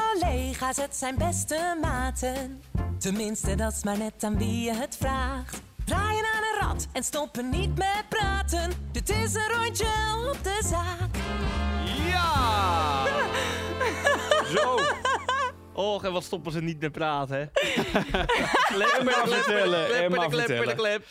collega's, het zijn beste maten. Tenminste, dat is maar net aan wie je het vraagt. Draaien aan een rad en stoppen niet met praten. Dit is een rondje op de zaak. Ja! Zo. Och, en wat stoppen ze niet met praten, hè? Lekker mag vertellen, en mag klep, klep.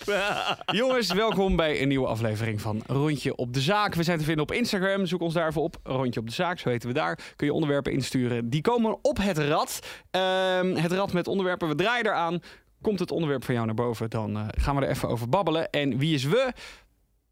Jongens, welkom bij een nieuwe aflevering van Rondje op de Zaak. We zijn te vinden op Instagram. Zoek ons daarvoor op. Rondje op de Zaak, zo heten we daar. Kun je onderwerpen insturen. Die komen op het rad. Ehm, het rad met onderwerpen. We draaien eraan. Komt het onderwerp van jou naar boven, dan eh, gaan we er even over babbelen. En wie is we?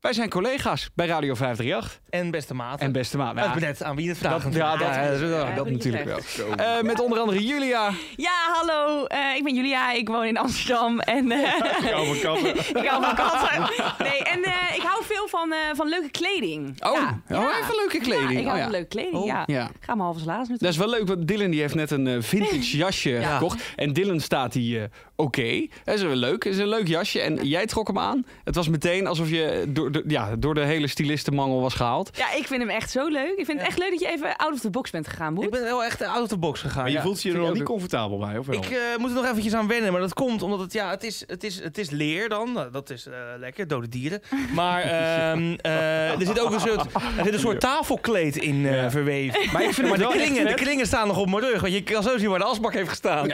Wij zijn collega's bij Radio 538 En beste maat. en Beste Maat. Nou, Ik ben net aan wie het dat, vraagt. ja, dat, natuurlijk. eh, Ja, dat goed natuurlijk wel. Eh, met onder andere Julia. Ja, hallo. eh, ik ben Julia. Ik woon in Amsterdam. En, eh, Ik hou van katten. ik hou van katten. Nee, en eh, ik hou veel van, eh, van leuke kleding. Oh, ja. oh, hij heeft wel leuke kledve Ja, ik kleding. hou Oh, van ja. leuke kleding, Oh, ja. ja. Ga maar halve slaas met Dat is wel leuk, want Dylan die heeft net een eh, vintage jasje gekocht. En Dylan staat hier, eh, oké. Dat is wel leuk, dat is een leuk jasje. En jij trok hem aan. Het was meteen alsof je door de, ja, door de hele stylistenmangel was gehaald. Ja, ik vind hem echt zo leuk. Ik vind het echt leuk dat je even out of the box bent gegaan, Ik Boet. ben wel echt out of the box gegaan. Maar je ja. voelt je er vind nog ik niet ook- comfortabel bij, of wel? Ik eh, moet er nog eventjes aan wennen, maar dat komt omdat het, ja, het, is, het, is, het is leer dan. Nou, Dat is eh, lekker, dode dieren. Maar ehm, eh, er zit ook een soort, er zit een soort tafelkleed in eh, verweven. Maar, ik vind de, wel echt klingen, de vet. klingen staan nog op mijn rug, want je kan zo zien waar de asbak heeft gestaan.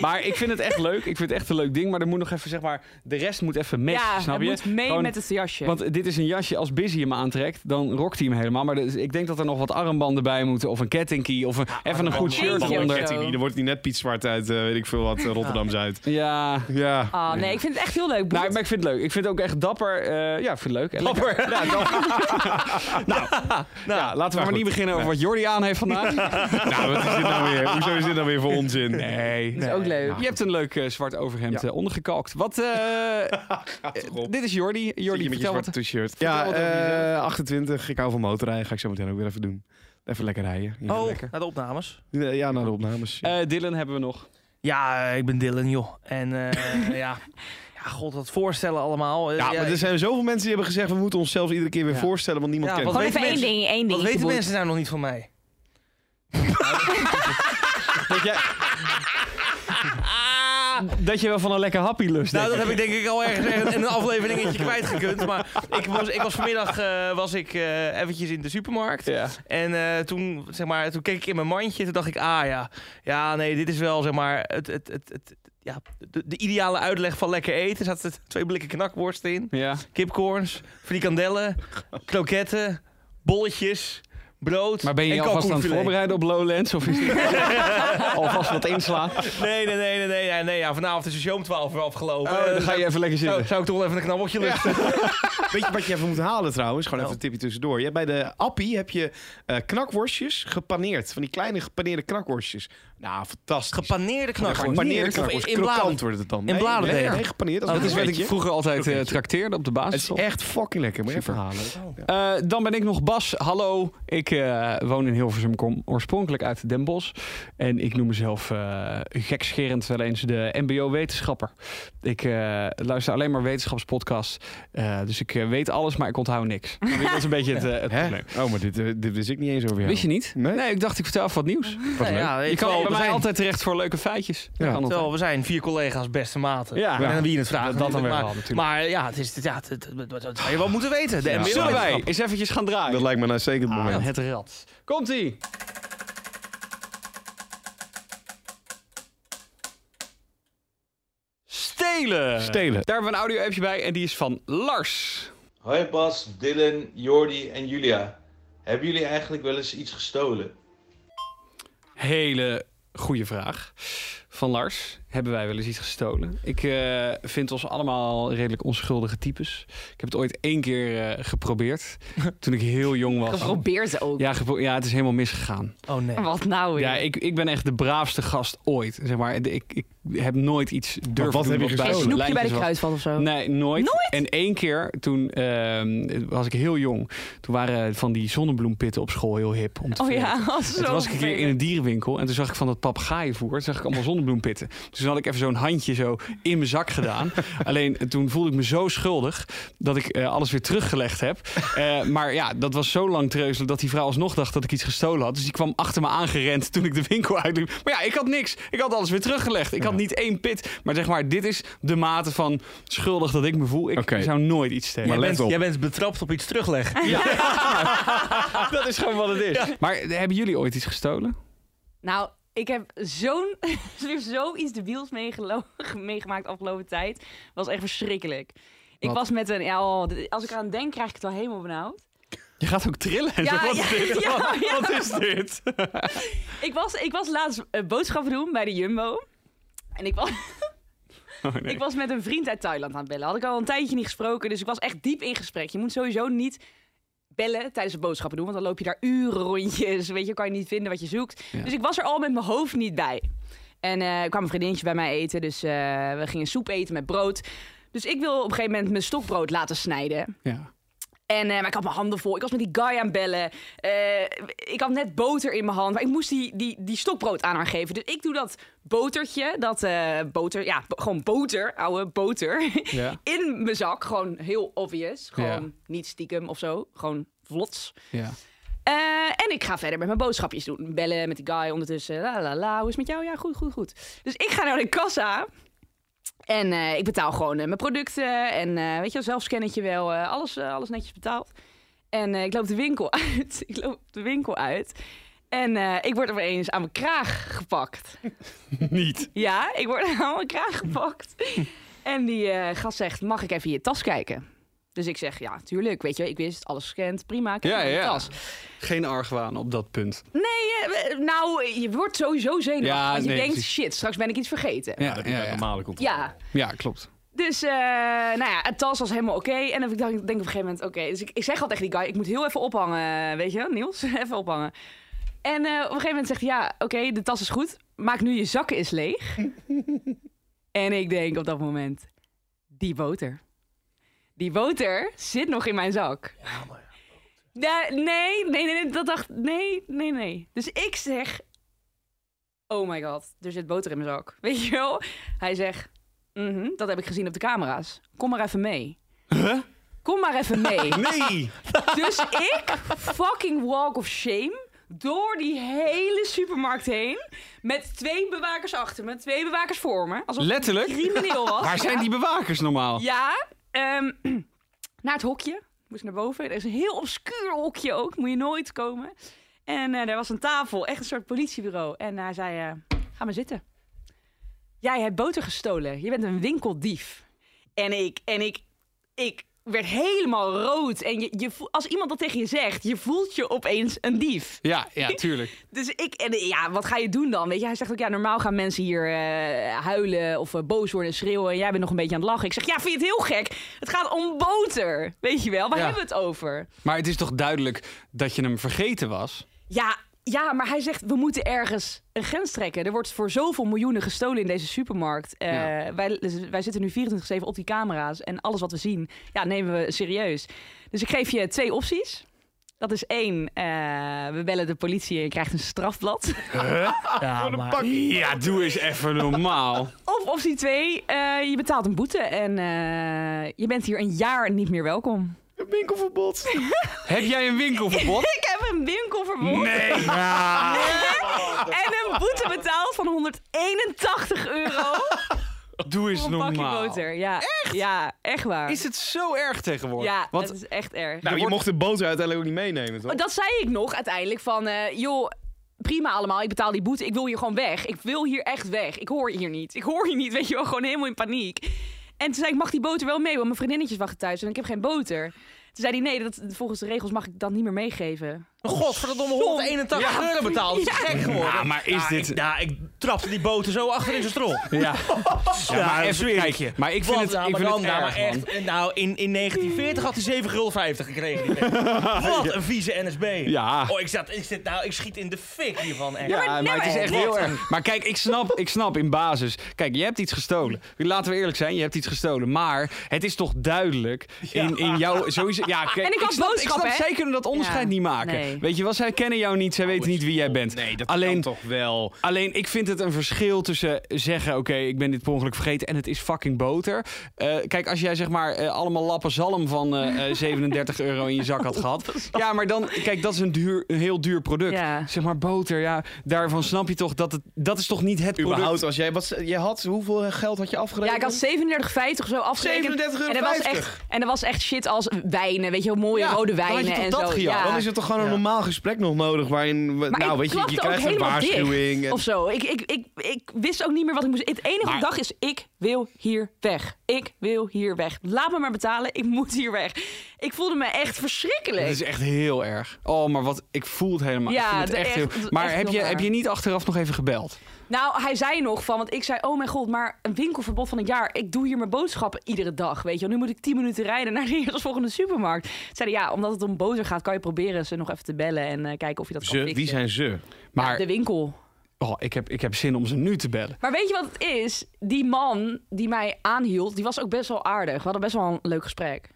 Maar ik vind het echt leuk. Ik vind het echt een leuk ding. Maar er moet nog even, zeg maar, de rest moet even mee, ja, snap het je? moet mee Gewoon- met het jasje. Want dit is een jasje, als Busy hem aantrekt, dan rokt hij hem helemaal. Maar er- ik denk dat er nog wat armbanden bij moeten. Of een kettingkie, of een, even een goed armbanden. shirt Jeetje, onder. joh. Ketting, dan wordt hij net Piet Zwart uit, eh, weet ik veel wat, eh, Rotterdam Zuid. Ja, Ja. Ah, nee, ik vind het echt heel leuk, Boet. Nou, maar ik vind het leuk. Ik vind het ook echt dapper. eh, ja, ik vind het leuk. En lekker. Dapper. Ja, dapper. nou, ja, laten we maar, goed. niet beginnen over wat Jordi aan heeft vandaag. Nou, wat is dit nou weer? Hoezo is dit nou weer voor onzin? Nee. Dat is ook leuk. Je hebt een leuk eh, zwart overhemd nou Ja. eh, ondergekalkt. Wat, eh, erop. dit is Jordi. Jordi, Zit je met je vertel wat. zwarte t-shirt. Ja, Vertel wat over eh, jezelf. 28. Ik hou van motorrijden. Ga ik zo meteen ook weer even doen. Even lekker rijden. Ja, Oh, lekker. naar de opnames. Ja, naar de opnames. Eh Dylan hebben we nog. Ja, eh, ik ben Dylan, joh. En eh, ja. ja, god, dat voorstellen allemaal. Eh, ja, maar er zijn zoveel mensen die hebben gezegd... we moeten onszelf iedere keer weer Ja. voorstellen, want niemand Ja, kent wat- Gewoon weten even één mensen- ding, één ding. Wat weten mensen nou nog niet van mij? Dat jij... Dat je wel van een lekker happy lust. Nou, dat denk heb ik. ik denk ik al ergens in een afleveringetje kwijtgekund. Maar ik was, ik was vanmiddag eh, was ik, eh, eventjes in de supermarkt. Ja. En eh, toen, zeg maar, toen keek ik in mijn mandje. Toen dacht ik, ah ja, ja nee, dit is wel zeg maar, het, het, het, het, ja, de, de ideale uitleg van lekker eten. Er zaten twee blikken knakworsten in. Ja. Kipcorns, frikandellen, kroketten, bolletjes, brood Maar ben je en je alvast aan het kalkoenfilet. voorbereiden op Lowlands? Of is Oh, dit alvast wat inslaan? Nee, nee, nee, nee, nee, nee, nee. Ja, vanavond is de show om 12 uur afgelopen. Dus Oh, dan ga je even lekker zou, zitten. zou ik toch wel even een knabbeltje luchten? Weet je wat je even moet halen trouwens? Gewoon even Nou. een tipje tussendoor. Je hebt bij de Appie heb je eh, knakworstjes gepaneerd. Van die kleine gepaneerde knakworstjes. Nou, fantastisch. Gepaneerde knabbel. Of Gepaneerde in- knakworst. Nou, in bladen. Krokant wordt het dan. In bladen nee, delen. nee, gepaneerd. Dat is Dus wat ik je. vroeger altijd eh, Oké. trakteerde op de Het basis. is echt fucking lekker. Moet je even Super. halen. Eh, dan ben ik nog Bas. Hallo, ik eh, woon in Hilversum, kom oorspronkelijk uit Den Bosch. En ik noem mezelf eh, gekscherend wel eens de mbo-wetenschapper. Ik eh, luister alleen maar wetenschapspodcasts. Eh, dus ik eh, weet alles, maar ik onthoud niks. Dat is een beetje het, eh, het Hè? probleem. Oh, maar dit, eh, dit wist ik niet eens over jou. Wist je niet? Nee. ik dacht ik vertel even wat nieuws. Was leuk. ja, Je kan bij mij zijn, altijd terecht voor leuke feitjes. Dat Ja. kan altijd. terwijl we zijn vier collega's beste maten. Ja. En aan wie je het Dat- dat vraagt. dan natuurlijk, weer maar, wel, natuurlijk. maar ja, het is, ja, het, het- het- het- het zou je wel moeten weten. De Ja. NBA Zullen wij eens eventjes gaan draaien? Dat lijkt me nou zeker het Ah, moment. het rad. Komt-ie! Stelen. Stelen. Daar hebben we een audio-appje bij en die is van Lars. Hoi Bas, Dylan, Jordi en Julia. Hebben jullie eigenlijk wel eens iets gestolen? Hele goede vraag. Van Lars, hebben wij wel eens iets gestolen? Ik eh, vind ons allemaal redelijk onschuldige types. Ik heb het ooit één keer eh, geprobeerd, toen ik heel jong was. Probeer ze ook. Ja, gepro- ja, het is helemaal misgegaan. Oh nee. Wat nou weer. Ja, ik, ik ben echt de braafste gast ooit. Zeg maar, ik, ik heb nooit iets durven wat doen heb je wat gestolen? buiten Snoepje bij de Oh, lijntjes was. kruidvat of zo. Nee, nooit. En één keer, toen ehm, was ik heel jong. Toen waren van die zonnebloempitten op school heel hip. Om te Oh verven. ja, En zo toen was ik een keer in vervelend. een dierenwinkel en toen zag ik van dat papegaaienvoer. Toen zag ik allemaal zonnebloempitten. Dus toen had ik even zo'n handje zo in mijn zak gedaan. Alleen eh, toen voelde ik me zo schuldig dat ik eh, alles weer teruggelegd heb. Eh, maar ja, dat was zo lang treuzelen dat die vrouw alsnog dacht dat ik iets gestolen had. Dus die kwam achter me aangerend toen ik de winkel uitliep. Maar ja, ik had niks. Ik had alles weer teruggelegd. Ik had niet één pit. Maar zeg maar, dit is de mate van schuldig dat ik me voel. Ik Oké. zou nooit iets stelen. Maar jij, let bent, op. jij bent betrapt op iets terugleggen. dat is gewoon wat het is. Maar eh, hebben jullie ooit iets gestolen? Nou, ik heb zo'n, weer zoiets debiels meegelo- meegemaakt afgelopen tijd. Was echt verschrikkelijk. Ik Wat? was met een, ja, oh, dit- als ik eraan denk, krijg ik het wel helemaal benauwd. Je gaat ook trillen en Ja, zo. Wat is ja, dit? ja, Wat- ja. wat is dit? Ik was, ik was laatst eh, boodschappen doen bij de Jumbo. En ik was, Oh, nee. ik was met een vriend uit Thailand aan het bellen. Had ik al een tijdje niet gesproken, dus ik was echt diep in gesprek. Je moet sowieso niet bellen tijdens het boodschappen doen, want dan loop je daar uren rondjes. Weet je, kan je niet vinden wat je zoekt. Ja. Dus ik was er al met mijn hoofd niet bij. En eh, er kwam een vriendinnetje bij mij eten, dus eh, we gingen soep eten met brood. Dus ik wil op een gegeven moment mijn stokbrood laten snijden. Ja. En eh, maar ik had mijn handen vol. Ik was met die guy aan het bellen. Eh, ik had net boter in mijn hand. Maar ik moest die, die, die stokbrood aan haar geven. Dus ik doe dat botertje. Dat eh, boter. Ja, bo- gewoon boter. Oude boter. Ja. In mijn zak. Gewoon heel obvious. Gewoon Ja. niet stiekem of zo. Gewoon vlots. ja. Eh, en ik ga verder met mijn boodschapjes doen. Bellen met die guy ondertussen. La la la. Hoe is het met jou? Ja, goed, goed, goed. Dus ik ga naar de kassa. En eh, ik betaal gewoon eh, mijn producten. En eh, weet je wel, zelfscannetje wel. eh, alles, eh, alles netjes betaald. En eh, ik loop de winkel uit. ik loop de winkel uit. En eh, ik word opeens aan mijn kraag gepakt. Niet. Ja, ik word aan mijn kraag gepakt. en die eh, gast zegt, mag ik even in je tas kijken? Dus ik zeg, ja, tuurlijk. Weet je, ik wist, alles gescand. Prima, kijk Ja, in je ja. tas. Geen argwaan op dat punt. Nee, eh, nou, je wordt sowieso zenuwachtig. Ja, want je nee, denkt, precies. shit, straks ben ik iets vergeten. Ja, Ja, dat ja, ja, ja. normale controle. klopt. dus eh, nou ja, het tas was helemaal oké. En dan denk ik op een gegeven moment, oké. dus ik, ik zeg al tegen die guy, ik moet heel even ophangen, weet je wel, Niels? even ophangen. En eh, op een gegeven moment zegt hij, ja, oké, de tas is goed. Maak nu je zakken eens leeg. en ik denk op dat moment, die boter. Die boter zit nog in mijn zak. Ja, nee, nee, nee, nee, dat dacht, nee, nee, nee. Dus ik zeg, oh my god, er zit boter in mijn zak. Weet je wel? Hij zegt, mhm, dat heb ik gezien op de camera's. Kom maar even mee. Kom maar even mee. Nee! Dus ik, fucking walk of shame, door die hele supermarkt heen. Met twee bewakers achter me, twee bewakers voor me. Alsof ik Letterlijk? een crimineel was. Waar zijn Ja. die bewakers normaal? Ja, ehm, naar het hokje. Moest naar boven. Er is een heel obscuur hokje ook. Moet je nooit komen. En eh er was een tafel, echt een soort politiebureau. En hij zei, eh, ga maar zitten. Jij hebt boter gestolen. Je bent een winkeldief. En ik, en ik, ik werd helemaal rood. En je, je voel- als iemand dat tegen je zegt, je voelt je opeens een dief. Ja, ja, tuurlijk. Dus ik, en eh, ja, wat ga je doen dan? Weet je, hij zegt ook, ja, normaal gaan mensen hier eh, huilen of eh, boos worden en schreeuwen. En jij bent nog een beetje aan het lachen. Ik zeg, ja, vind je het heel gek? Het gaat om boter. Weet je wel, waar Ja. hebben we het over? Maar het is toch duidelijk dat je hem vergeten was? Ja, ja, maar hij zegt, we moeten ergens een grens trekken. Er wordt voor zoveel miljoenen gestolen in deze supermarkt. Eh, Ja. wij, wij zitten nu 24-7 op die camera's. En alles wat we zien, ja, nemen we serieus. Dus ik geef je twee opties. Dat is één, eh, we bellen de politie en je krijgt een strafblad. Ja, maar... Ja, doe eens even normaal. Of optie 2, je betaalt een boete en eh, je bent hier een jaar niet meer welkom. Een winkelverbod. Heb jij een winkelverbod? Ik heb een winkelverbod Nee. en een boete betaald van 181 euro Doe eens voor een pakje normaal. boter. Ja, echt? Ja, echt waar. Is het zo erg tegenwoordig? ja, Want dat is echt erg. Nou, je mocht de boter uiteindelijk ook niet meenemen, toch? Oh, Dat zei ik nog uiteindelijk van, eh, joh, prima allemaal, ik betaal die boete, ik wil hier gewoon weg. Ik wil hier echt weg, ik hoor hier niet. Ik hoor hier niet, weet je wel, gewoon helemaal in paniek. En toen zei ik, mag die boter wel mee, want mijn vriendinnetjes wachten thuis en ik heb geen boter. Toen zei hij, nee, dat, volgens de regels mag ik dat niet meer meegeven. God, voor dat domme 181 euro betaald. Dat is gek geworden. Ja, maar is Ja, dit- Ik, ja, ik trapte die boter zo achter in zijn strop. ja. Ja, maar even- zweer kijk, ik je. maar ik vind Wat het- nou, ik maar vind dan, het nou, erg, maar echt, Nou, in, in 1940 had hij 7,50 gulden gekregen. die vent. Wat een vieze NSB. Ja. Oh, ik, zat, ik, zit, nou, ik schiet in de fik hiervan. Echt. Ja, maar, nee, het is maar echt echt. heel erg. Maar kijk, ik snap, ik snap in basis. Kijk, je hebt iets gestolen. Laten we eerlijk zijn, je hebt iets gestolen. Maar het is toch duidelijk in, in jouw. Sowieso, ja, kijk, En ik had snap, ik boodschap, snap hè? zij kunnen dat onderscheid Ja, niet maken. nee. Nee. Weet je wel, zij kennen jou niet, zij weten niet wie jij bent. Nee, dat Alleen- kan toch wel. Alleen, ik vind het een verschil tussen zeggen... oké, ik ben dit per ongeluk vergeten en het is fucking boter. Eh, kijk, als jij zeg maar eh, allemaal lappen zalm van eh, eh, 37 euro in je zak had gehad... Ja, maar dan... Kijk, dat is een, duur, een heel duur product. Ja. Zeg maar boter, ja. Daarvan snap je toch dat het... Dat is toch niet het product... Überhaupt, als jij, wat, jij had, hoeveel geld had je afgerekend? Ja, ik had 37,50 zo afgerekend. 37,50. en er was echt En er was echt shit als wijnen, weet je wel, mooie Ja, rode dan had je wijnen toch en dat zo. gejat? Dan is het toch gewoon een normaal gesprek nog nodig waarin... we- Maar nou, ik weet je, je klapte ook krijgt een helemaal dicht, waarschuwing. en- Of zo. Ik, ik, ik, ik wist ook niet meer wat ik moest. Het enige wat ik dacht is: ik wil hier weg. Ik wil hier weg. Laat me maar betalen. Ik moet hier weg. Ik voelde me echt verschrikkelijk. Het is echt heel erg. Oh, maar wat... Ik voel het helemaal. Ja, ik vind het de- echt, echt- heel... echt Maar heb, heel je, naar. heb je niet achteraf nog even gebeld? Nou, hij zei nog van, want ik zei, oh mijn god, maar een winkelverbod van een jaar. Ik doe hier mijn boodschappen iedere dag, weet je wel. Nu moet ik 10 minuten rijden naar de eerstvolgende supermarkt. Zeiden ja, omdat het om boter gaat, kan je proberen ze nog even te bellen en eh, kijken of je dat kan Ze, fixen. wie zijn ze? Ja, Maar de winkel. oh, ik, heb, ik heb zin om ze nu te bellen. Maar weet je wat het is? Die man die mij aanhield, die was ook best wel aardig. We hadden best wel een leuk gesprek.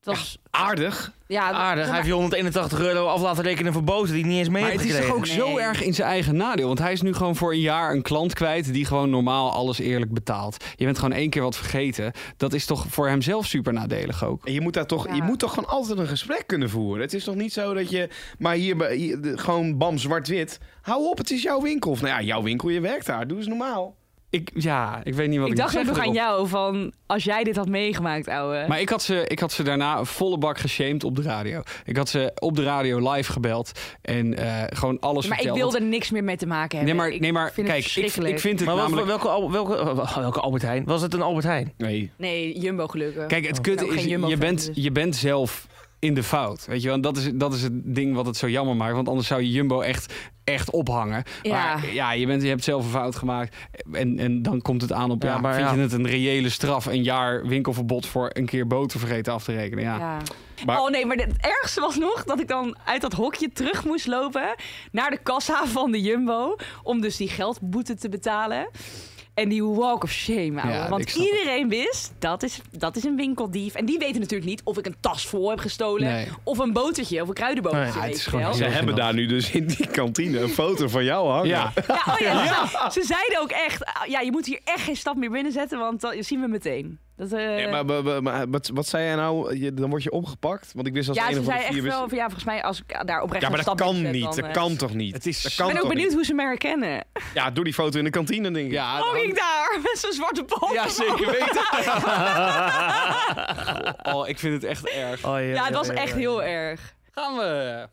Het was, Aardig. ja, Aardig, hij zeg maar- heeft je 181 euro af laten rekenen voor boten die hij niet eens mee Maar heeft het is toch gekregen. ook zo Nee. erg in zijn eigen nadeel. Want hij is nu gewoon voor een jaar een klant kwijt die gewoon normaal alles eerlijk betaalt. Je bent gewoon één keer wat vergeten. Dat is toch voor hemzelf super nadelig ook. En je moet, daar toch, je Ja. moet toch gewoon altijd een gesprek kunnen voeren. Het is toch niet zo dat je... Maar hier, bij- hier, de- gewoon bam, zwart-wit. Hou op, het is jouw winkel. Of nou ja, jouw winkel, je werkt daar. Doe eens normaal. Ik, ja, ik weet niet wat ik, Ik dacht moet ook nog zeggen aan erop. jou van, als jij dit had meegemaakt, ouwe. Maar ik had, ze, ik had ze daarna volle bak geshamed op de radio. Ik had ze op de radio live gebeld en eh, gewoon alles Maar ik verteld. wilde er niks meer mee te maken Nee, hebben. maar, Ik nee, maar vind het kijk, ik, verschrikkelijk. ik vind het Maar wat- namelijk... welke, Al- welke, eh, welke Albert Heijn? Was het een Albert Heijn? Nee. Nee, Jumbo gelukkig. Kijk, het kutte ook is, Oh. geen Jumbo je fan, bent, dus. je bent zelf in de fout. Weet je wel, en dat is, dat is het ding wat het zo jammer maakt. Want anders zou je Jumbo echt, echt ophangen. Ja. Maar ja, je, bent, je hebt zelf een fout gemaakt. En, en dan komt het aan op, ja, Ja, maar vind ja. je het een reële straf? Een jaar winkelverbod voor een keer boter vergeten af te rekenen. Ja. Ja. Maar- Oh nee, maar het ergste was nog dat ik dan uit dat hokje terug moest lopen naar de kassa van de Jumbo. Om dus die geldboete te betalen. En die walk of shame, ouwe. Ja, ik Want snap het. iedereen wist, dat is, dat is een winkeldief. En die weten natuurlijk niet of ik een tas vol heb gestolen. Nee. Of een botertje, of een kruidenbotertje. Nee, het weet is je gewoon wel. Ze Zo hebben gênant. daar nu dus in die kantine een foto van jou hangen. Ja. Ja, oh ja, ze- Ze zeiden ook echt, ah, ja, je moet hier echt geen stap meer binnen zetten, want dat zien we meteen. Dat, eh, Ja, maar, maar- maar- maar wat, wat zei jij nou? Je- dan word je opgepakt? Want ik wist als ja, een ze van de zei echt vier... wist- wel van ja, volgens mij als ik daar oprecht ja, maar een dat stap in kan zet, niet. dan, Dat eh. kan toch niet? Het is- Dat Ik kan ben ook toch benieuwd niet? hoe ze me herkennen. Ja, doe die foto in de kantine, denk ik. Ja, Oh, dan- ik daar met zo'n zwarte pop. ja, zeker weten. oh, ik vind het echt erg. Oh, Ja, het was echt heel erg. Gaan we.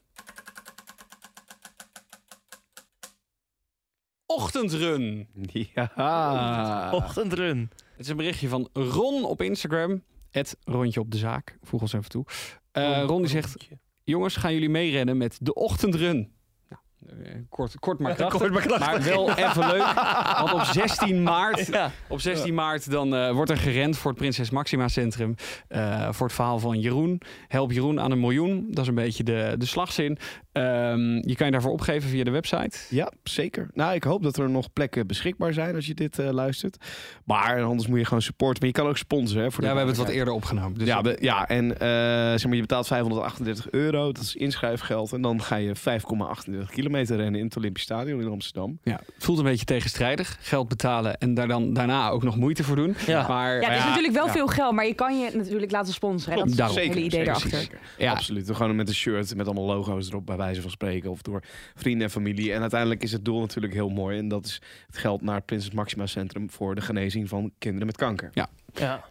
Ochtendrun. Ja. Ochtendrun. Ah. Het is een berichtje van Ron op Instagram. Het rondje op de zaak. Voeg ons even toe. Eh, Ron die zegt: Jongens, gaan jullie meerennen met de ochtendrun? Nou, eh, Kort, kort maar krachtig, Kort maar krachtig. wel even leuk. Want op 16 maart, Ja. op 16 maart dan, eh, wordt er gerend voor het Prinses Maxima Centrum. eh, voor het verhaal van Jeroen. Help Jeroen aan een miljoen. Dat is een beetje de, de slagzin. Ehm, je kan je daarvoor opgeven via de website. Ja, zeker. Nou, ik hoop dat er nog plekken beschikbaar zijn als je dit eh, luistert. Maar anders moet je gewoon supporten. Maar je kan ook sponsoren. Hè, voor de Ja, we hebben het wat duidelijkheid. eerder opgenomen. Dus ja, we- ja, en eh, zeg maar, je betaalt 538 euro. Dat is inschrijfgeld. En dan ga je 5,38 kilometer rennen in het Olympisch Stadion in Amsterdam. Ja, het voelt een beetje tegenstrijdig. Geld betalen en daar dan daarna ook nog moeite voor doen. Ja. maar, eh, Ja, dus het is ja, natuurlijk wel ja. veel geld, maar je kan je natuurlijk laten sponsoren. hè. Dat is Daarom. het hele idee erachter. Ja. Absoluut. Gewoon met een shirt met allemaal logo's erop, bij wijze van spreken. Of door vrienden en familie. En uiteindelijk is het doel natuurlijk heel mooi. En dat is het geld naar het Prinses Maxima Centrum voor de genezing van kinderen met kanker. Ja.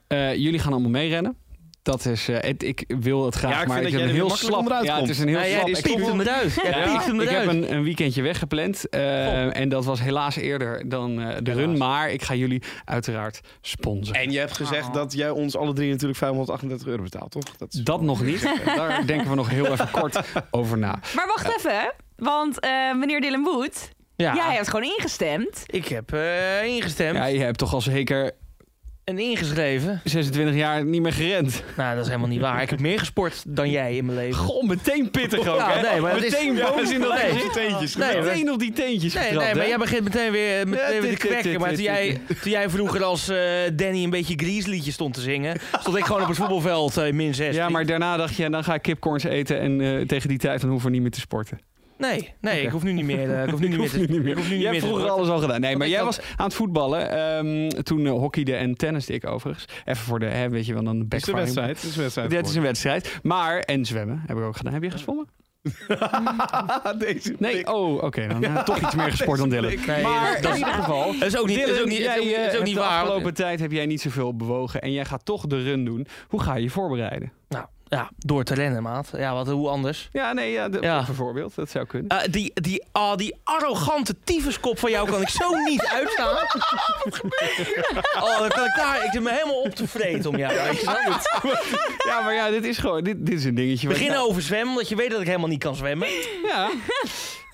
Eh, jullie gaan allemaal meerennen. Dat is, eh, het- ik wil het graag, Ja, ik maar vind ik dat heb jij een er heel weer makkelijk slap. onderuit ja, het komt. is een heel Ja, jij slap. die Ik kom- piepte me eruit. Jij Ja, piepte me ik heb eruit. een, een weekendje weggepland. eh, En dat was helaas eerder dan eh, de run. Maar ik ga jullie uiteraard sponsoren. En je hebt gezegd Oh. dat jij ons alle drie natuurlijk 538 euro betaalt, toch? Dat is... Dat nog niet. Daar denken we nog heel even kort over na. Maar wacht even, hè. want eh, meneer Dylan Wood, jij Ja, hebt gewoon ingestemd. ik heb eh, ingestemd. Ja, je hebt toch al zeker een en ingeschreven. 26 jaar niet meer gerend. Nou, dat is helemaal niet waar. Ik heb meer gesport dan jij in mijn leven. Goh, meteen pittig ook, Ja, hè? nee, maar dat is- meteen ja, bonus in dat nee. gezicht. Teentjes. Nee, maar- meteen op die teentjes Nee, getrapt, nee, maar hè? jij begint meteen weer, dit, meteen weer te dit, dit, kwekken. Maar dit, toen dit, jij, toen jij vroeger als eh, Danny een beetje Grease stond te zingen... stond ik gewoon op het voetbalveld eh, in min 6. Ja, maar daarna dacht je, dan ga ik kipcorns eten en eh, tegen die tijd dan hoeven we niet meer te sporten. Nee, nee ik hoef nu niet meer, eh, ik hoef nu Ik niet meer hoef te nu niet ik hoef nu meer. niet Jij meer hebt te vroeger sporten. alles al gedaan. Nee, maar ik jij had- was aan het voetballen. ehm, toen eh, hockeyde en tenniste ik overigens. Even voor de, hè, weet je wel, dan de Dit is een backfire. wedstrijd. Dit is een wedstrijd. Dit is een wedstrijd. Maar, en zwemmen heb ik ook gedaan. Heb je gezwommen? geworden. Deze Nee, blik. oh, oké. dan eh, toch iets meer gesport dan Dylan. Nee, Maar dat in is- ieder geval... Dat is ook niet, dat is ook Dylan, niet, jij, dat is ook niet- dat is eh, ook niet de waar. afgelopen tijd heb jij niet zoveel bewogen en jij gaat toch de run doen. Hoe ga je je voorbereiden? Nou, ja, door te rennen, maat. Ja, wat, hoe anders? Ja, nee, ja, de, Ja. bijvoorbeeld. Dat zou kunnen. Eh, die, die, ah, die arrogante tyfuskop van jou kan ik zo niet uitstaan. Wat Oh, dan kan ik daar... Ik zit me helemaal op te vreten om jou. weet je wel. Ja, maar ja, dit is gewoon... Dit, dit is een dingetje. wat- Beginnen over zwemmen, omdat je weet dat ik helemaal niet kan zwemmen. Ja,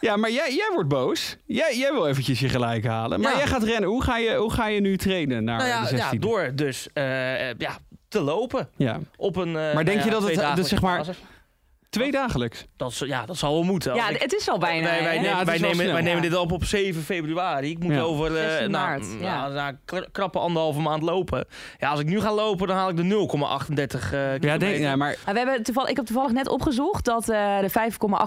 ja maar jij, jij wordt boos. Jij, jij wil eventjes je gelijk halen. Maar Ja. jij gaat rennen. Hoe ga je, hoe ga je nu trainen naar Nou ja, de 16? ja, door dus eh, eh, ja, te lopen Ja. op een... denk eh, nou je ja, dat het- tweedagelijkse dus zeg maar- basis. Twee dagelijks. Dat, zal- ja, dat zal wel moeten. Als Ja, ik- het is al bijna. wij, wij, hè? het nemen, is wij, wel nemen, snel. wij nemen Ja. dit op op 7 februari. Ik moet Ja. over eh, 16 nou, maart, nou, ja. nou, kra- krappe anderhalve maand lopen. Ja, als ik nu ga lopen, dan haal ik de 0,38 eh, Ja, kilometer. denk, ja, maar Maar we hebben toevallig, ik heb toevallig net opgezocht dat eh, de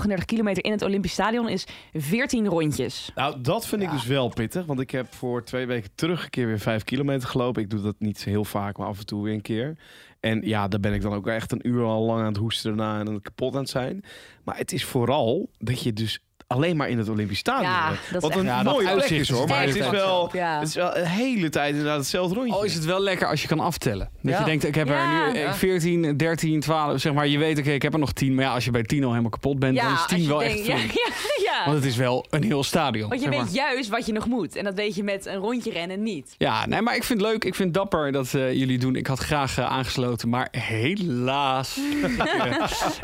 5,38 kilometer in het Olympisch Stadion is 14 rondjes. Nou, dat vind ik dus wel pittig. Want ik heb voor twee weken terug een keer weer vijf kilometer gelopen. Ik doe dat niet zo heel vaak, maar af en toe weer een keer. En ja, daar ben ik dan ook echt een uur al lang aan het hoesten daarna en dan kapot aan het zijn. Maar het is vooral dat je dus alleen maar in het Olympisch Stadion Ja, bent. dat is Wat echt- een Ja, dat mooie plek uitzicht is is hoor. Maar het is, echt wel, zo. Ja. het is wel een hele tijd inderdaad hetzelfde rondje. al Oh, is het wel lekker als je kan aftellen. Dat Ja. je denkt, ik heb Ja. er nu eh, Ja. 14, 13, 12. Zeg maar, je weet, oké, ik heb er nog 10. Maar ja, als je bij 10 al helemaal kapot bent, dan is als 10 je wel denkt- echt ja, flink. ja, ja. Want het is wel een heel stadion. Want je zeg maar. weet juist wat je nog moet. En dat weet je met een rondje rennen niet. Ja, nee, maar ik vind het leuk. Ik vind het dapper dat eh, jullie doen. Ik had graag eh, aangesloten, maar helaas.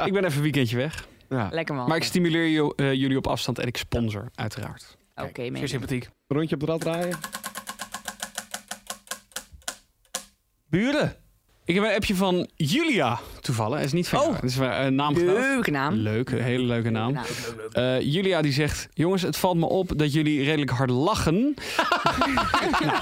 ik ben even een weekendje weg. Ja. Lekker man. Maar ik stimuleer je- eh, jullie op afstand en ik sponsor, uiteraard. Oké, man. Zeer sympathiek. Rondje op de rad draaien. Buren. Ik heb een appje van Julia toevallen. Is niet van Oh. jou. Dat is een eh, naamgenoot. Leuke naam. Leuk, een hele leuke naam. Nou, Eh, Julia die zegt: Jongens, het valt me op dat jullie redelijk hard lachen. Nou.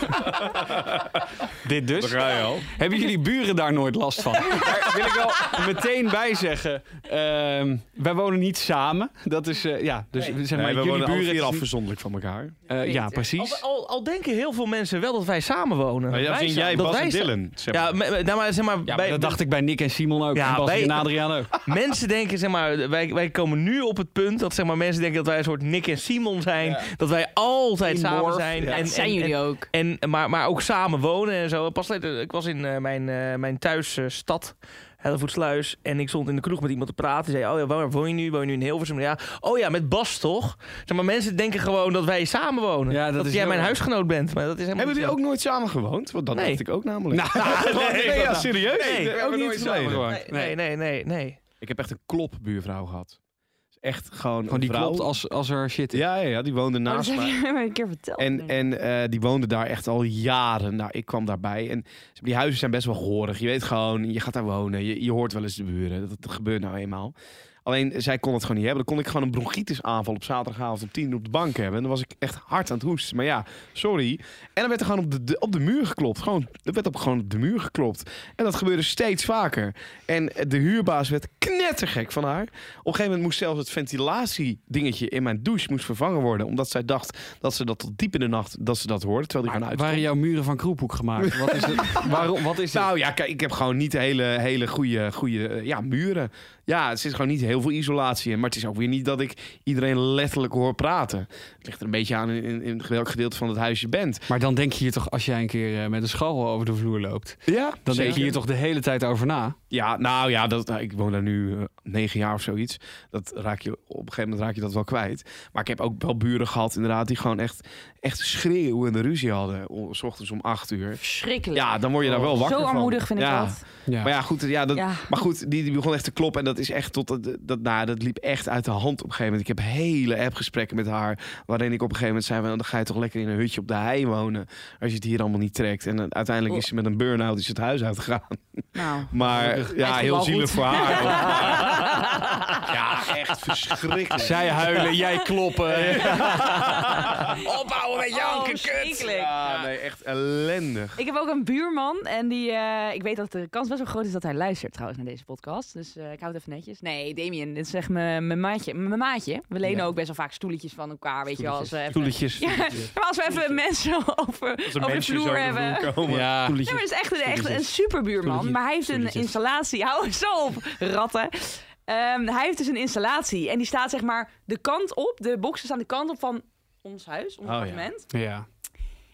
Dit dus. je al. Hebben jullie buren daar nooit last van? Daar wil ik wel meteen bij zeggen. ehm, wij wonen niet samen. Dat is, eh, ja, dus zeg maar, Nee, we jullie wonen buren... buren het af is niet- afgezonderlijk van elkaar. eh, ja, Al, precies. al, al denken heel veel mensen wel dat wij samen wonen. Nou, ja, Wij vind sa- jij dat Bas wij en sa- Dylan? zeg maar. Ja, maar, nou, maar, zeg maar, Oh, Ja, maar bij- dat dacht ik bij Nick en Simon ook. Ja, en Bas bij- en Adriaan ook. mensen denken, zeg maar, wij, wij komen nu op het punt dat zeg maar, mensen denken dat wij een soort Nick en Simon zijn. Dat wij altijd Team samen Morph, zijn. ja. En, dat zijn en- jullie ook. En, maar, maar ook samen wonen en zo. Pas later, ik was in eh, mijn, eh, mijn thuisstad, Hellevoetsluis. En ik stond in de kroeg met iemand te praten. Die zei, oh ja, waar woon je nu? Woon je nu in Hilversum? Ja, oh ja, met Bas toch? Zeg maar, mensen denken gewoon dat wij samen wonen. Ja, dat is jij heel mijn erg. huisgenoot bent. Maar dat is helemaal Hebben niet jullie ook nooit samen gewoond? Want dat Nee. dacht ik ook Nou, namelijk. nee, ja, serieus? Nee, Nee, we ook niet samen geleden. gewoond. zo. Nee, nee, nee, nee. nee. Ik heb echt een klopbuurvrouw gehad. Dus Echt gewoon Gewoon een die vrouw. klopt als, als er shit is. Ja, ja, ja, die woonde Oh, dat naast heb mij. je me een keer verteld. En, en eh, die woonde daar echt al jaren. Nou, ik kwam daarbij. En die huizen zijn best wel horig. Je weet gewoon, je gaat daar wonen. Je, je hoort wel eens de buren. Dat, dat gebeurt nou eenmaal. Alleen, zij kon het gewoon niet hebben. Dan kon ik gewoon een bronchitis-aanval op zaterdagavond om tien uur op de bank hebben. En dan was ik echt hard aan het hoesten. Maar ja, sorry. En dan werd er gewoon op de, de- op de muur geklopt. Gewoon, er werd op, gewoon op de muur geklopt. En dat gebeurde steeds vaker. En de huurbaas werd knettergek van haar. Op een gegeven moment moest zelfs het ventilatiedingetje in mijn douche moest vervangen worden. Omdat zij dacht dat ze dat tot diep in de nacht dat ze dat hoorde. Terwijl die Maar gewoon uit. waren jouw muren van kroephoek gemaakt? Wat is het? Waarom, wat is dit? Nou ja, kijk, ik heb gewoon niet hele, hele goede, goede eh, ja, muren. Ja, er zit gewoon niet heel veel isolatie in. Maar het is ook weer niet dat ik iedereen letterlijk hoor praten. Het ligt er een beetje aan in, in, in welk gedeelte van het huis je bent. Maar dan denk je hier toch, als jij een keer eh, met een scharrel over de vloer loopt, Ja, dan denk je hier toch de hele tijd over na. Ja, nou ja, dat, nou, ik woon daar nu eh, negen jaar of zoiets. Dat raak je, op een gegeven moment raak je dat wel kwijt. Maar ik heb ook wel buren gehad, inderdaad, die gewoon echt, echt schreeuwende ruzie hadden. O, s ochtends om acht uur. Verschrikkelijk. Ja, dan word je daar wel wakker Oh, Zo van. armoedig vind ik Ja. dat. Ja. Maar ja, goed, ja, dat, Ja. Maar goed die, die begon echt te kloppen. En dat is echt tot, de- dat, nou, dat liep echt uit de hand op een gegeven moment. Ik heb hele appgesprekken met haar. Waarin ik op een gegeven moment zei: van, "Nou, dan ga je toch lekker in een hutje op de hei wonen. Als je het hier allemaal niet trekt. En eh, Oh. uiteindelijk is ze met een burn-out is het huis uitgegaan. Nou, Maar ja, Eigenlijk heel wel zielig goed. voor haar. ja, echt verschrikkelijk. Zij huilen, jij kloppen. Opbouwen met janken, Oh, kut. schrikkelijk. Ja, nee, echt ellendig. ik heb ook een buurman en die, eh, ik weet dat de kans best wel groot is dat hij luistert trouwens naar deze podcast. Dus eh, ik hou het even netjes. Nee, Damien, dit is echt mijn mijn maatje. Mijn maatje. We lenen ook best wel vaak stoeltjes van elkaar, weet je wel. Als we even- Stoeletjes. Ja, maar als we even mensen over, over de vloer hebben. Ja. Nee, maar het is echt een, echt een superbuurman. Maar hij heeft een installatie. Hou eens op, ratten. Ehm, hij heeft dus een installatie. En die staat zeg maar de kant op. De boxen staan de kant op van ons huis, ons ja. appartement. Ja.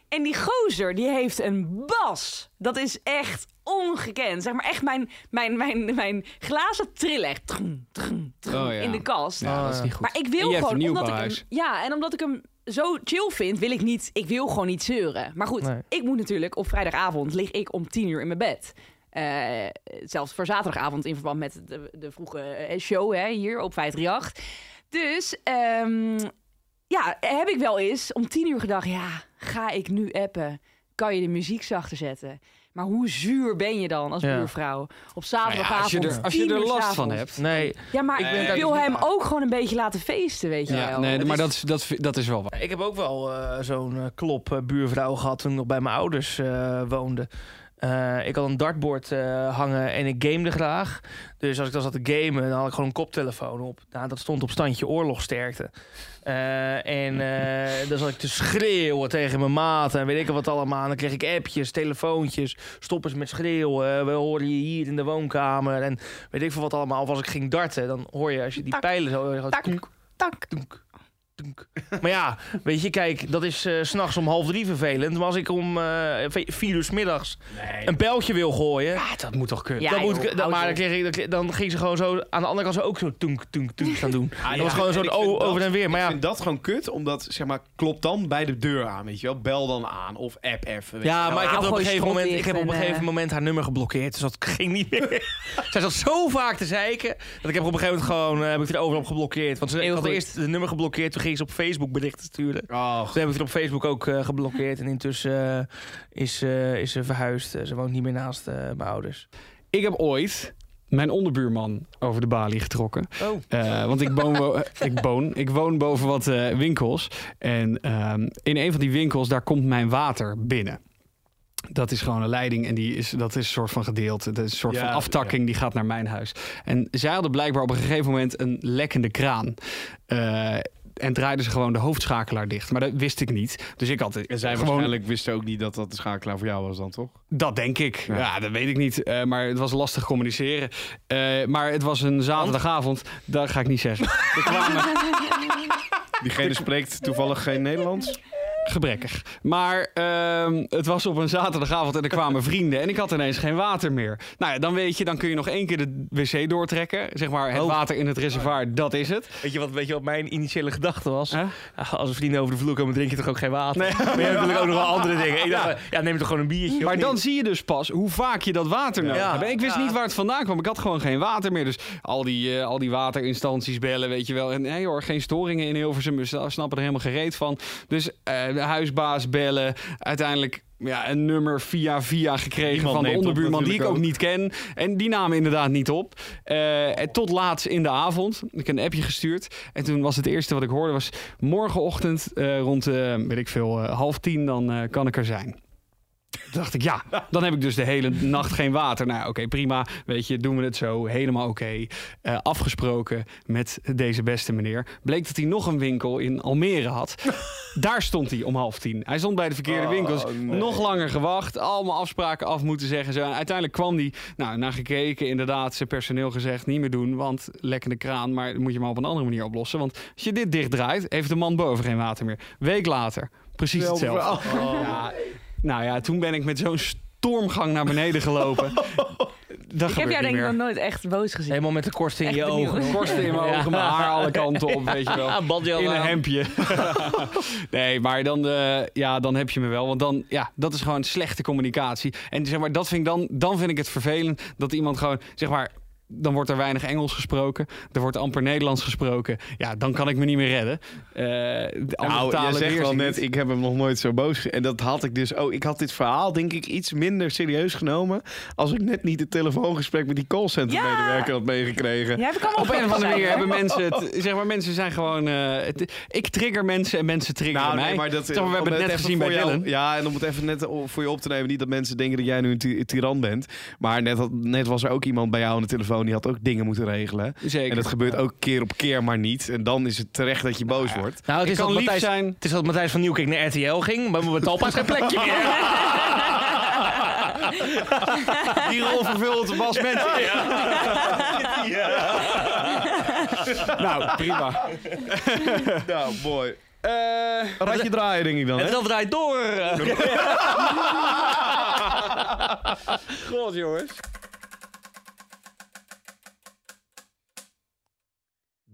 En die gozer, die heeft een bas. Dat is echt ongekend. Zeg maar echt mijn, mijn, mijn, mijn glazen trillen. echt. Trum, trum, trum, Oh, ja. In de kast. ja, dat is niet goed. Maar ik En wil jij hebt gewoon, een omdat ik hem, nieuwbouwhuis. ja, en omdat ik hem zo chill vind, wil ik niet, ik wil gewoon niet zeuren. Maar goed, Nee. ik moet natuurlijk op vrijdagavond lig ik om tien uur in mijn bed. Eh, zelfs voor zaterdagavond in verband met de, de vroege eh, show hè, hier op 538. Dus ehm, ja, heb ik wel eens om tien uur gedacht, ja, ga ik nu appen? Kan je de muziek zachter zetten? Maar hoe zuur ben je dan als Ja. buurvrouw op Nou ja, zaterdagavond? als je er, als je 10 er uur last van s'avonds? hebt. Nee, Ja, maar Ik ben ik daar wil dus hem niet aan. ook gewoon een beetje laten feesten, weet je Ja, wel. nee, Het maar is- dat is, dat, vi- dat is wel waar. ik heb ook wel eh, zo'n eh, klop eh, buurvrouw gehad toen ik nog bij mijn ouders eh, woonde. Eh, ik had een dartboard eh, hangen en ik gamede graag. Dus als ik dan zat te gamen, dan had ik gewoon een koptelefoon op. Nou, dat stond op standje oorlogsterkte. Eh, en eh, dan zat ik te schreeuwen tegen mijn maten en weet ik wat allemaal. En dan kreeg ik appjes, telefoontjes, stop eens met schreeuwen. Eh, We horen je hier in de woonkamer en weet ik veel wat allemaal. Of als ik ging darten, dan hoor je als je die Tak, pijlen zo... zo- tak. toenk, Tak. toenk, toenk. Maar ja, weet je, kijk, dat is eh, s s'nachts om half drie vervelend. Maar als ik om eh, ve- vier uur 's middags een pijltje wil gooien... dat moet toch kunnen. Ja, dan moet joh, ik- dan- houd maar dan, op. kreeg ik, dan- dan ging ze gewoon zo aan de andere kant zo ook zo toenk, toenk, toenk gaan doen. ja, dat was gewoon en zo'n ik vind o- dat- over en weer. Maar ik ja, vind dat gewoon kut, omdat zeg maar, klop dan bij de deur aan, weet je wel. Bel dan aan of app even. weet je Ja, wel. maar ik heb, hou op een gewoon gegeven strot moment, ik dicht heb op en, een gegeven eh, moment haar nummer geblokkeerd. Dus dat ging niet meer. Zij zat zo vaak te zeiken. Dat ik heb op een gegeven moment gewoon eh, heb ik het overal op geblokkeerd. Want ze, ik Heel had goed. eerst de nummer geblokkeerd. Toen ging ze op Facebook berichten sturen. Oh, Toen heb ik het op Facebook ook eh, geblokkeerd. En intussen eh, is, eh, is ze verhuisd. Eh, ze woont niet meer naast eh, mijn ouders. Ik heb ooit mijn onderbuurman over de balie getrokken. Oh. Eh, want ik woon, wo- ik, woon, ik woon boven wat eh, winkels. En ehm, in een van die winkels, daar komt mijn water binnen. Dat is gewoon een leiding en die is, dat is een soort van gedeeld. Dat is een soort Ja, van aftakking die gaat naar mijn huis. En zij hadden blijkbaar op een gegeven moment een lekkende kraan. Eh, en draaiden ze gewoon de hoofdschakelaar dicht. Maar dat wist ik niet. Dus ik had en zij gewoon waarschijnlijk wisten ook niet dat dat de schakelaar voor jou was dan, toch? dat denk ik. Ja, dat weet ik niet. Eh, maar het was lastig communiceren. Eh, maar het was een zaterdagavond. Dat ga ik niet zeggen. Er kwamen Diegene spreekt toevallig geen Nederlands. gebrekkig. Maar ehm, het was op een zaterdagavond en er kwamen vrienden. En ik had ineens geen water meer. Nou ja, dan weet je, dan kun je nog één keer de wc doortrekken. Zeg maar, het Oh. water in het reservoir, dat is het. Weet je, wat, weet je wat mijn initiële gedachte was? Huh? Ah, Als een vrienden over de vloer komen, drink je toch ook geen water? Maar je hebt natuurlijk ook nog wel andere dingen. Ik dacht, eh, ja. neem toch gewoon een biertje. of Maar niet? dan zie je dus pas hoe vaak je dat water nodig Ja. hebt. En Ik wist Ja. niet waar het vandaan kwam. Ik had gewoon geen water meer. Dus al die, eh, al die waterinstanties bellen, weet je wel. En nee hoor, geen storingen in Hilversum. Dus We sna- snappen er helemaal gereed van. Dus eh, de huisbaas bellen. Uiteindelijk ja, een nummer via via gekregen Iemand van de neemt op onderbuurman die ik ook, natuurlijk ook. niet ken. En die namen inderdaad niet op. Eh, en tot laatst in de avond. Ik heb een appje gestuurd. En toen was het eerste wat ik hoorde was... Morgenochtend eh, rond, eh, weet ik veel, eh, half tien, dan eh, kan ik er zijn. Toen dacht ik, ja, dan heb ik dus de hele nacht geen water. Nou, oké, prima. Weet je, doen we het zo. Helemaal oké. Eh, afgesproken met deze beste meneer. Bleek dat hij nog een winkel in Almere had. Daar stond hij om half tien. Hij stond bij de verkeerde winkels. Nog langer gewacht. Allemaal afspraken af moeten zeggen. Zo. En uiteindelijk kwam hij, nou, naar gekeken. Inderdaad, zijn personeel gezegd, niet meer doen. Want lekkende kraan, maar dat moet je maar op een andere manier oplossen. Want als je dit dichtdraait, heeft de man boven geen water meer. Week later, precies hetzelfde. Ja, nou ja, toen ben ik met zo'n stormgang naar beneden gelopen. Dat Ik heb gebeurt jou niet denk ik nog meer. nooit echt boos gezien. Helemaal met de korsten in Echt je benieuwd. ogen. Korsten in mijn ogen, mijn haar alle kanten op, weet je wel. Ah, badje In al een aan. hemdje. nee, maar dan, eh, ja, dan heb je me wel. Want dan, ja, dat is gewoon slechte communicatie. En zeg maar, dat vind ik dan, dan vind ik het vervelend dat iemand gewoon, zeg maar, dan wordt er weinig Engels gesproken. Er wordt amper Nederlands gesproken. Ja, dan kan ik me niet meer redden. Eh, de andere Nou, talen je zegt beheers wel ik net, niet. ik heb hem nog nooit zo boos. ge- En dat had ik dus ook. Ik had dit verhaal, denk ik, iets minder serieus genomen. als ik net niet het telefoongesprek met die callcenter-medewerker Ja. had meegekregen. Jij hebt ook allemaal Op een of andere opgeschreven, manier hè? hebben mensen het, zeg maar, mensen zijn gewoon. eh, het- ik trigger mensen en mensen triggeren Nou, mij. nee, maar dat, Zeg maar, we om hebben het net even gezien bij voor jou- Dylan. Ja, en om het even net o- voor je op te nemen. Niet dat mensen denken dat jij nu een ty- tiran bent. Maar net, had- net was er ook iemand bij jou aan de telefoon... die had ook dingen moeten regelen. Zeker. En dat gebeurt ook keer op keer maar niet. En dan is het terecht dat je boos wordt. Nou, het Ik is, kan dat lief Matthijs, zijn. het is dat Matthijs van Nieuwkerk naar RTL ging, maar met Talpa is geen plekje meer. Die rol vervult was mensen. Nou, prima. Nou, mooi. Eh, Radje draaien, denk ik dan, hè? En dat draait door. God, jongens.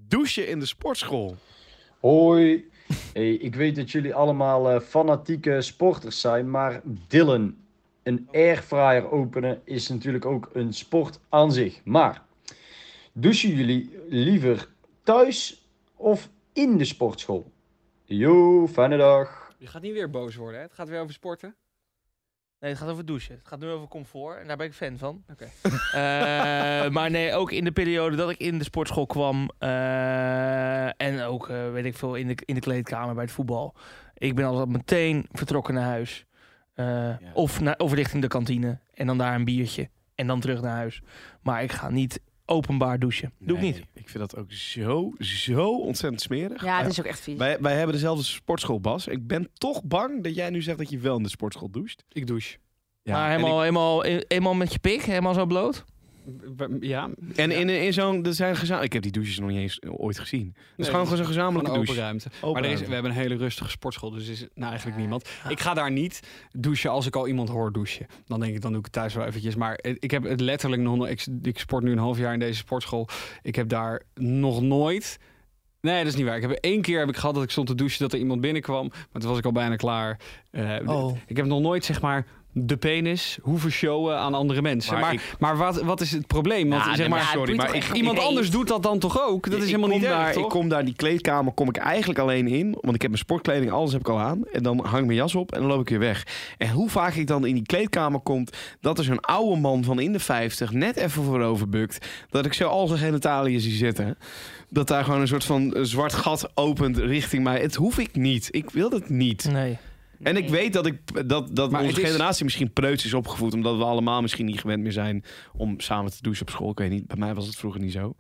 Douchen in de sportschool. Hoi. Hey, ik weet dat jullie allemaal eh, fanatieke sporters zijn, maar Dylan, een airfryer openen is natuurlijk ook een sport aan zich. Maar douchen jullie liever thuis of in de sportschool? Jo, fijne dag. Je gaat niet weer boos worden, hè? Het gaat weer over sporten. Nee, het gaat over douchen. Het gaat nu over comfort. En daar ben ik fan van. Oké. Eh, maar nee, ook in de periode dat ik in de sportschool kwam. eh, en ook, eh, weet ik veel, in de, in de kleedkamer bij het voetbal. Ik ben altijd meteen vertrokken naar huis. Eh, of, naar, of richting de kantine. En dan daar een biertje. En dan terug naar huis. Maar ik ga niet openbaar douchen. Doe ik niet. Ik vind dat ook zo, zo ontzettend smerig. Ja, het is ook echt vies. Wij, wij hebben dezelfde sportschool, Bas. Ik ben toch bang dat jij nu zegt dat je wel in de sportschool doucht. Ik douche. Ja, maar en helemaal, helemaal, eh, helemaal met je pik, helemaal zo bloot. Ja, ik- En in, in zo'n, er zijn gezamenlijk. Ik heb die douches nog niet eens ooit gezien. Het is Nee, gewoon gewoon zo'n een gezamenlijke open douche. ruimte. Open maar er is, ruimte. we hebben een hele rustige sportschool, dus is nou eigenlijk niemand. Ik ga daar niet douchen als ik al iemand hoor douchen. Dan denk ik, dan doe ik het thuis wel eventjes. Maar eh, ik heb het letterlijk nog nooit... Ik, ik sport nu een half jaar in deze sportschool. Ik heb daar nog nooit... Nee, dat is niet waar. Ik heb één keer heb ik gehad dat ik stond te douchen dat er iemand binnenkwam. Maar toen was ik al bijna klaar. Eh, Oh. Ik heb nog nooit, zeg maar, de penis hoeven showen aan andere mensen. Maar, Maar Nou, maar, wat, wat is het probleem? Want, Ja, zeg nee, maar, maar sorry, doet maar toch ik- echt Iemand niet? anders doet dat dan toch ook? Dat is Ik helemaal niet kom erg, daar, toch? Ik kom daar in die kleedkamer, kom ik eigenlijk alleen in. Want ik heb mijn sportkleding, alles heb ik al aan. En dan hang ik mijn jas op en dan loop ik weer weg. En hoe vaak ik dan in die kleedkamer kom... dat er zo'n oude man van in de 50 net even voorover bukt... dat ik zo al zijn genitaliën zie zitten. Dat daar gewoon een soort van eh, zwart gat opent richting mij. Het hoef ik niet. Ik wil dat niet. Nee. En ik weet dat, ik, dat, dat Maar onze het is- generatie misschien preuts is opgevoed... omdat we allemaal misschien niet gewend meer zijn om samen te douchen op school. Ik weet niet, bij mij was het vroeger niet zo.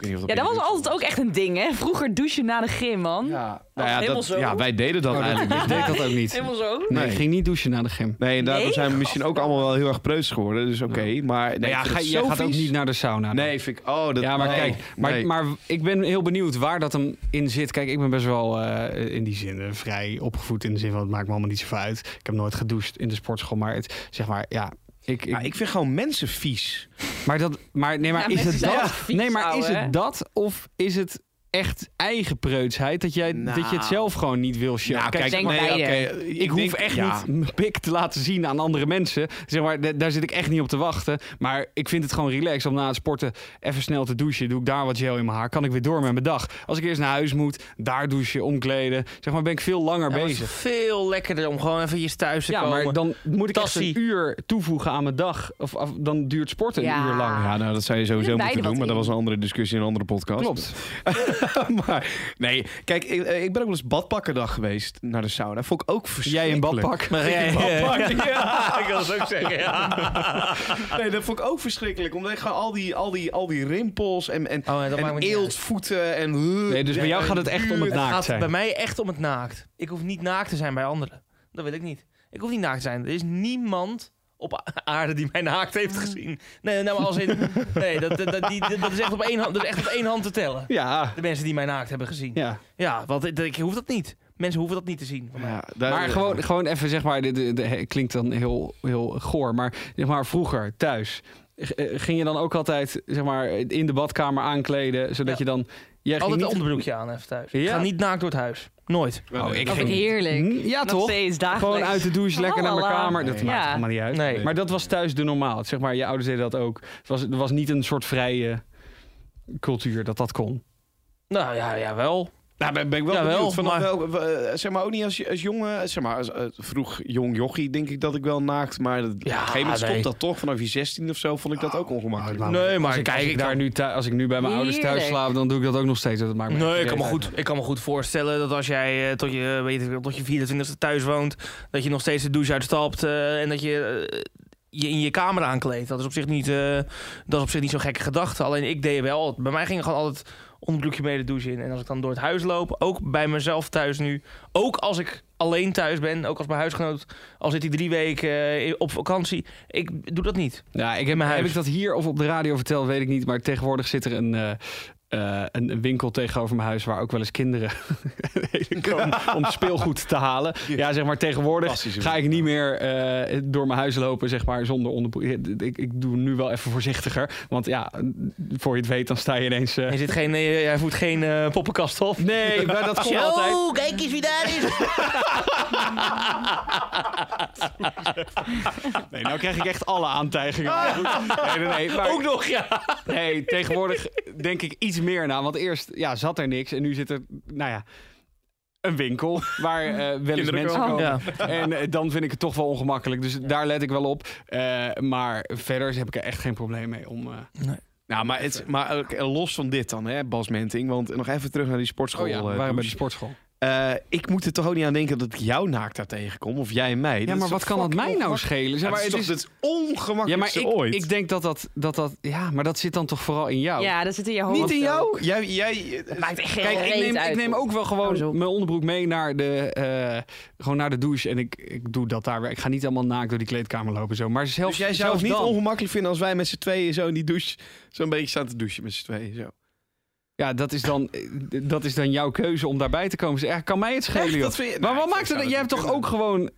Ik weet niet of Ja, bij dat was jullie zo altijd ook echt een ding, hè? Vroeger douchen na de gym, man. ja, nou Oh, ja, helemaal dat, zo. ja, wij deden dat Oh, dat- eigenlijk. ik deed dat ook niet. Helemaal zo. Nee, Nee. ik ging niet douchen na de gym. Nee, en daardoor Nee? zijn we misschien ook allemaal wel heel erg preuts geworden. Dus oké, maar... Nee, Nou ja, ik vind ga, het jij zo gaat ook vies. niet naar de sauna. Nee, vind ik... Oh, dat... Ja, maar nee, kijk, maar, nee. maar ik ben heel benieuwd waar dat hem in zit. Kijk, ik ben best wel eh, in die zin eh, vrij opgevoed. In de zin van, het maakt me allemaal niet zoveel uit. Ik heb nooit gedoucht in de sportschool, maar het, zeg maar, ja... Ik, ik, Maar ik vind gewoon mensen vies. maar dat, maar, nee, maar Ja, is het mensen zijn dat? echt vies, nee, maar is ouwe. het dat of is het echt eigen preutsheid dat, jij, dat je het Nou. zelf gewoon niet wil showen? Nou, denk beide. oké, Ik, hoef denk- echt ja. niet mijn pik te laten zien aan andere mensen. Zeg maar, da- daar zit ik echt niet op te wachten. Maar ik vind het gewoon relaxed om na het sporten even snel te douchen. Doe ik daar wat gel in mijn haar. Kan ik weer door met mijn dag. Als ik eerst naar huis moet, daar douchen, omkleden. Zeg maar, ben ik veel langer Ja, maar het is bezig. veel lekkerder om gewoon eventjes thuis te Ja, komen. maar dan moet ik echt Tassie. een uur toevoegen aan mijn dag. Of, of dan duurt sporten een Ja. uur lang. Ja, nou, dat zou je sowieso Er moeten wijden doen. wat in. Maar dat was een andere discussie in een andere podcast. Klopt. maar nee, kijk, ik, eh, ik ben ook wel eens badpakkerdag geweest naar de sauna. Vond ik ook Jij in verschrikkelijk. badpak. Maar jij- Ja, ik wil het ook zeggen. Nee, dat vond ik ook verschrikkelijk. Omdat ik gewoon al die, al die, al die rimpels en, en, Oh, nee, dat maakt en me niet eeltvoeten en... Nee, dus bij jou gaat het echt om het Het naakt gaat bij zijn. mij echt om het naakt. Ik hoef niet naakt te zijn bij anderen. Dat wil ik niet. Ik hoef niet naakt te zijn. Er is niemand op a- aarde die mij naakt heeft gezien. Nee, nou, maar als in... Nee, dat, dat, dat, die, dat, dat is echt op één hand, dat is echt op één hand te tellen. Ja. De mensen die mij naakt hebben gezien. Ja, Ja. want ik, ik hoef dat niet. Mensen hoeven dat niet te zien. van mij. Ja, daar- eh, Maar gewoon, gewoon even, zeg maar, dit dit- dit- het klinkt dan heel, heel goor, maar zeg maar vroeger thuis. g- eh, Ging je dan ook altijd zeg maar, in de badkamer aankleden, zodat je Ja. dan... Jij ging Altijd een niet... onderbroekje aan even thuis. Ik Ja. ga niet naakt door het huis. Nooit. Oh, ik Of ging- heerlijk. Mm, Ja, Nog toch? steeds dagelijks. Gewoon uit de douche, lekker naar mijn Halala. kamer. Dat Nee. maakt Ja. helemaal niet uit. Nee. Maar dat was thuis de normaal. Zeg maar, je ouders deden dat ook. Het was, er was niet een soort vrije cultuur dat dat kon. Nou ja, ja wel. Nou, ben, ben ik wel Jawel, benieuwd. Vanaf maar- wel, eh, zeg maar ook niet als, als jongen, zeg maar als, eh, vroeg jong jochie denk ik dat ik wel naakt. Maar dat, op een gegeven moment nee. stopt dat toch. Vanaf je 16 of zo vond ik dat ook ongemakkelijk. Oh, Nee, maar als ik, kijk, als ik ik daar kan- nu thui- als ik nu bij mijn ouders thuis Heerlijk. slaap, dan doe ik dat ook nog steeds. Dat maakt me Nee, echt ik kan, me reet goed, uit. ik kan me goed voorstellen dat als jij eh, tot je, weet ik, veel, tot je 24e thuis woont, dat je nog steeds de douche uitstapt eh, en dat je eh, je in je kamer aankleedt. Dat is op zich niet, eh, dat is op zich niet zo'n gekke gedachte. Alleen ik deed wel. Bij mij ging gewoon altijd onderbroekje mee de douche in. En als ik dan door het huis loop, ook bij mezelf thuis nu, ook als ik alleen thuis ben, ook als mijn huisgenoot, al zit hij drie weken eh, op vakantie, ik doe dat niet. Ja, ik In heb, mijn heb huis. ik dat hier of op de radio verteld, weet ik niet. Maar tegenwoordig zit er een, eh, eh, een een winkel tegenover mijn huis waar ook wel eens kinderen heen komen om speelgoed te halen. Ja, zeg maar tegenwoordig Fantastische ga ik niet meer eh, door mijn huis lopen, zeg maar, zonder onderbroek. Ik, ik doe nu wel even voorzichtiger, want ja, voor je het weet, dan sta je ineens... eh, Er zit geen, eh, hij voert geen eh, poppenkast op. Nee, maar dat komt altijd. Zo, Oh, kijk eens wie daar is. Nee, nou krijg ik echt alle aantijgingen. Maar goed. Nee, nee, nee, maar- Ook nog, ja. Nee, tegenwoordig denk ik iets meer na. Want eerst ja, zat er niks en nu zit er, nou ja, een winkel waar eh, wel eens mensen komen. komen. Ja. En eh, dan vind ik het toch wel ongemakkelijk. Dus daar let ik wel op. Eh, maar verder heb ik er echt geen probleem mee om... eh, Nou, maar, het, maar ook, eh, los van dit dan, hè, Bas Menting. Want nog even terug naar die sportschool. oh ja, we eh, waren bij de douche. sportschool. Eh, ik moet er toch ook niet aan denken dat ik jou naakt daar tegenkom. Of jij mij. Ja, is maar toch wat kan dat fucking mij nou ongemakkelijk? schelen? Zeg Ja, maar, het is toch het is- het ongemakkelijkste Ja, maar ik, ooit. ik denk dat dat, dat dat... Ja, maar dat zit dan toch vooral in jou? Ja, dat zit in je hoofd. Niet in jou? Jij, jij, eh, Maakt echt geen Kijk, ik reet neem, uit, ik neem joh. ook wel Hou gewoon eens op. mijn onderbroek mee naar de, eh, gewoon naar de douche. En ik, ik doe dat daar weer. Ik ga niet allemaal naakt door die kleedkamer lopen. Zo. Maar zelfs, dus jij zou zelfs het niet dan- ongemakkelijk vinden als wij met z'n tweeën zo in die douche... zo'n beetje staan te douchen met z'n tweeën. Zo. Ja, dat is, dan, eh, dat is dan jouw keuze om daarbij te komen. Dus echt, kan mij het schelen, joh. Dat vind je- Maar Nou, wat ik maakt zou het? Jij hebt toch kunnen. ook gewoon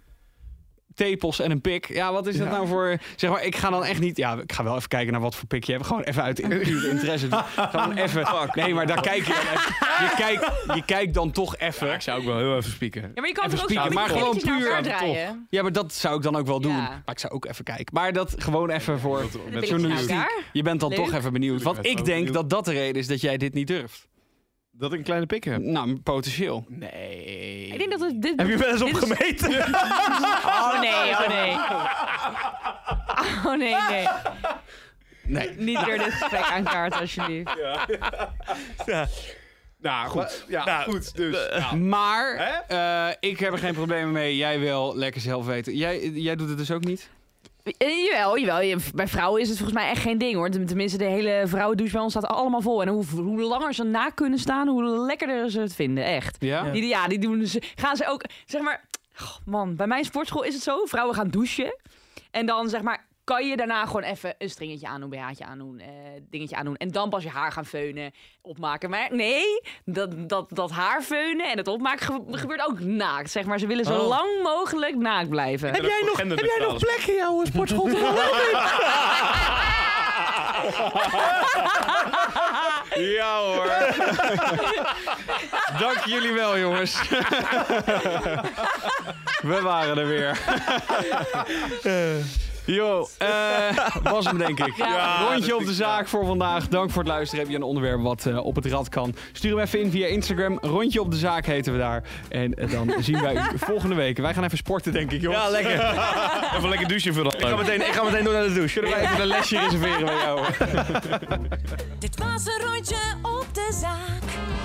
tepels en een pik. Ja, wat is dat Ja. nou voor... Zeg maar, ik ga dan echt niet... Ja, ik ga wel even kijken naar wat voor pik je hebt. Gewoon even uit in- puur interesse. gewoon even... Nee, maar daar kijk je dan even. Je kijkt, je kijkt dan toch even. Ik zou ook wel heel even spieken. Ja, maar je kan Even toch ook spieken, zo maar met je gewoon billetjes puur naar elkaar aan de draaien? Ja, maar dat zou ik dan ook wel doen. Ja. Maar ik zou ook even kijken. Maar dat gewoon even voor Met journalistiek. elkaar. Je bent dan Leuk. toch even benieuwd. Want Tuurlijk, ik ben ik wel denk benieuwd. dat dat de reden is dat jij dit niet durft. Dat ik een kleine pik heb. Nou, potentieel. Nee. Ik denk dat het dit... Heb je wel eens opgemeten? Oh nee, oh nee. Oh nee, nee. Nee. Niet weer dit gesprek aankaarten, alsjeblieft. Nou, goed. ja, Nou, goed. Dus. nou. Maar Hè? eh, ik heb er geen problemen mee. Jij wel. Lekker zelf weten. Jij, jij doet het dus ook niet? Eh, jawel, jawel. Je- Bij vrouwen is het volgens mij echt geen ding, hoor. Ten- Tenminste, de hele vrouwendouche bij ons staat allemaal vol. En hoe, hoe langer ze na kunnen staan, hoe lekkerder ze het vinden, echt. Ja? Die, ja, die doen ze. Gaan ze ook, zeg maar. goh, man, bij mijn sportschool is het zo: vrouwen gaan douchen. En dan zeg maar. Kan je daarna gewoon even een stringetje aandoen, BH'tje aandoen, eh, dingetje aandoen. En dan pas je haar gaan feunen, opmaken. Maar nee, dat, dat, dat haar feunen en het opmaken ge- gebeurt ook naakt. Zeg maar, ze willen zo Oh. lang mogelijk naakt blijven. Heb jij nog, heb jij nog plek in jouw sportschool? Ja hoor. Dank jullie wel, jongens. We waren er weer. Jo, eh, was hem denk ik. Rondje op de zaak voor vandaag. Dank voor het luisteren. Heb je een onderwerp wat eh, op het rad kan? Stuur hem even in via Instagram. Rondje op de zaak heten we daar. En eh, dan zien wij u volgende week. Wij gaan even sporten denk ik, jongens. Ja, lekker. Even lekker douchen voor Ik ga, meteen, ik ga meteen door naar de douche. Kunnen wij even een lesje reserveren bij jou? Dit was een rondje op de zaak.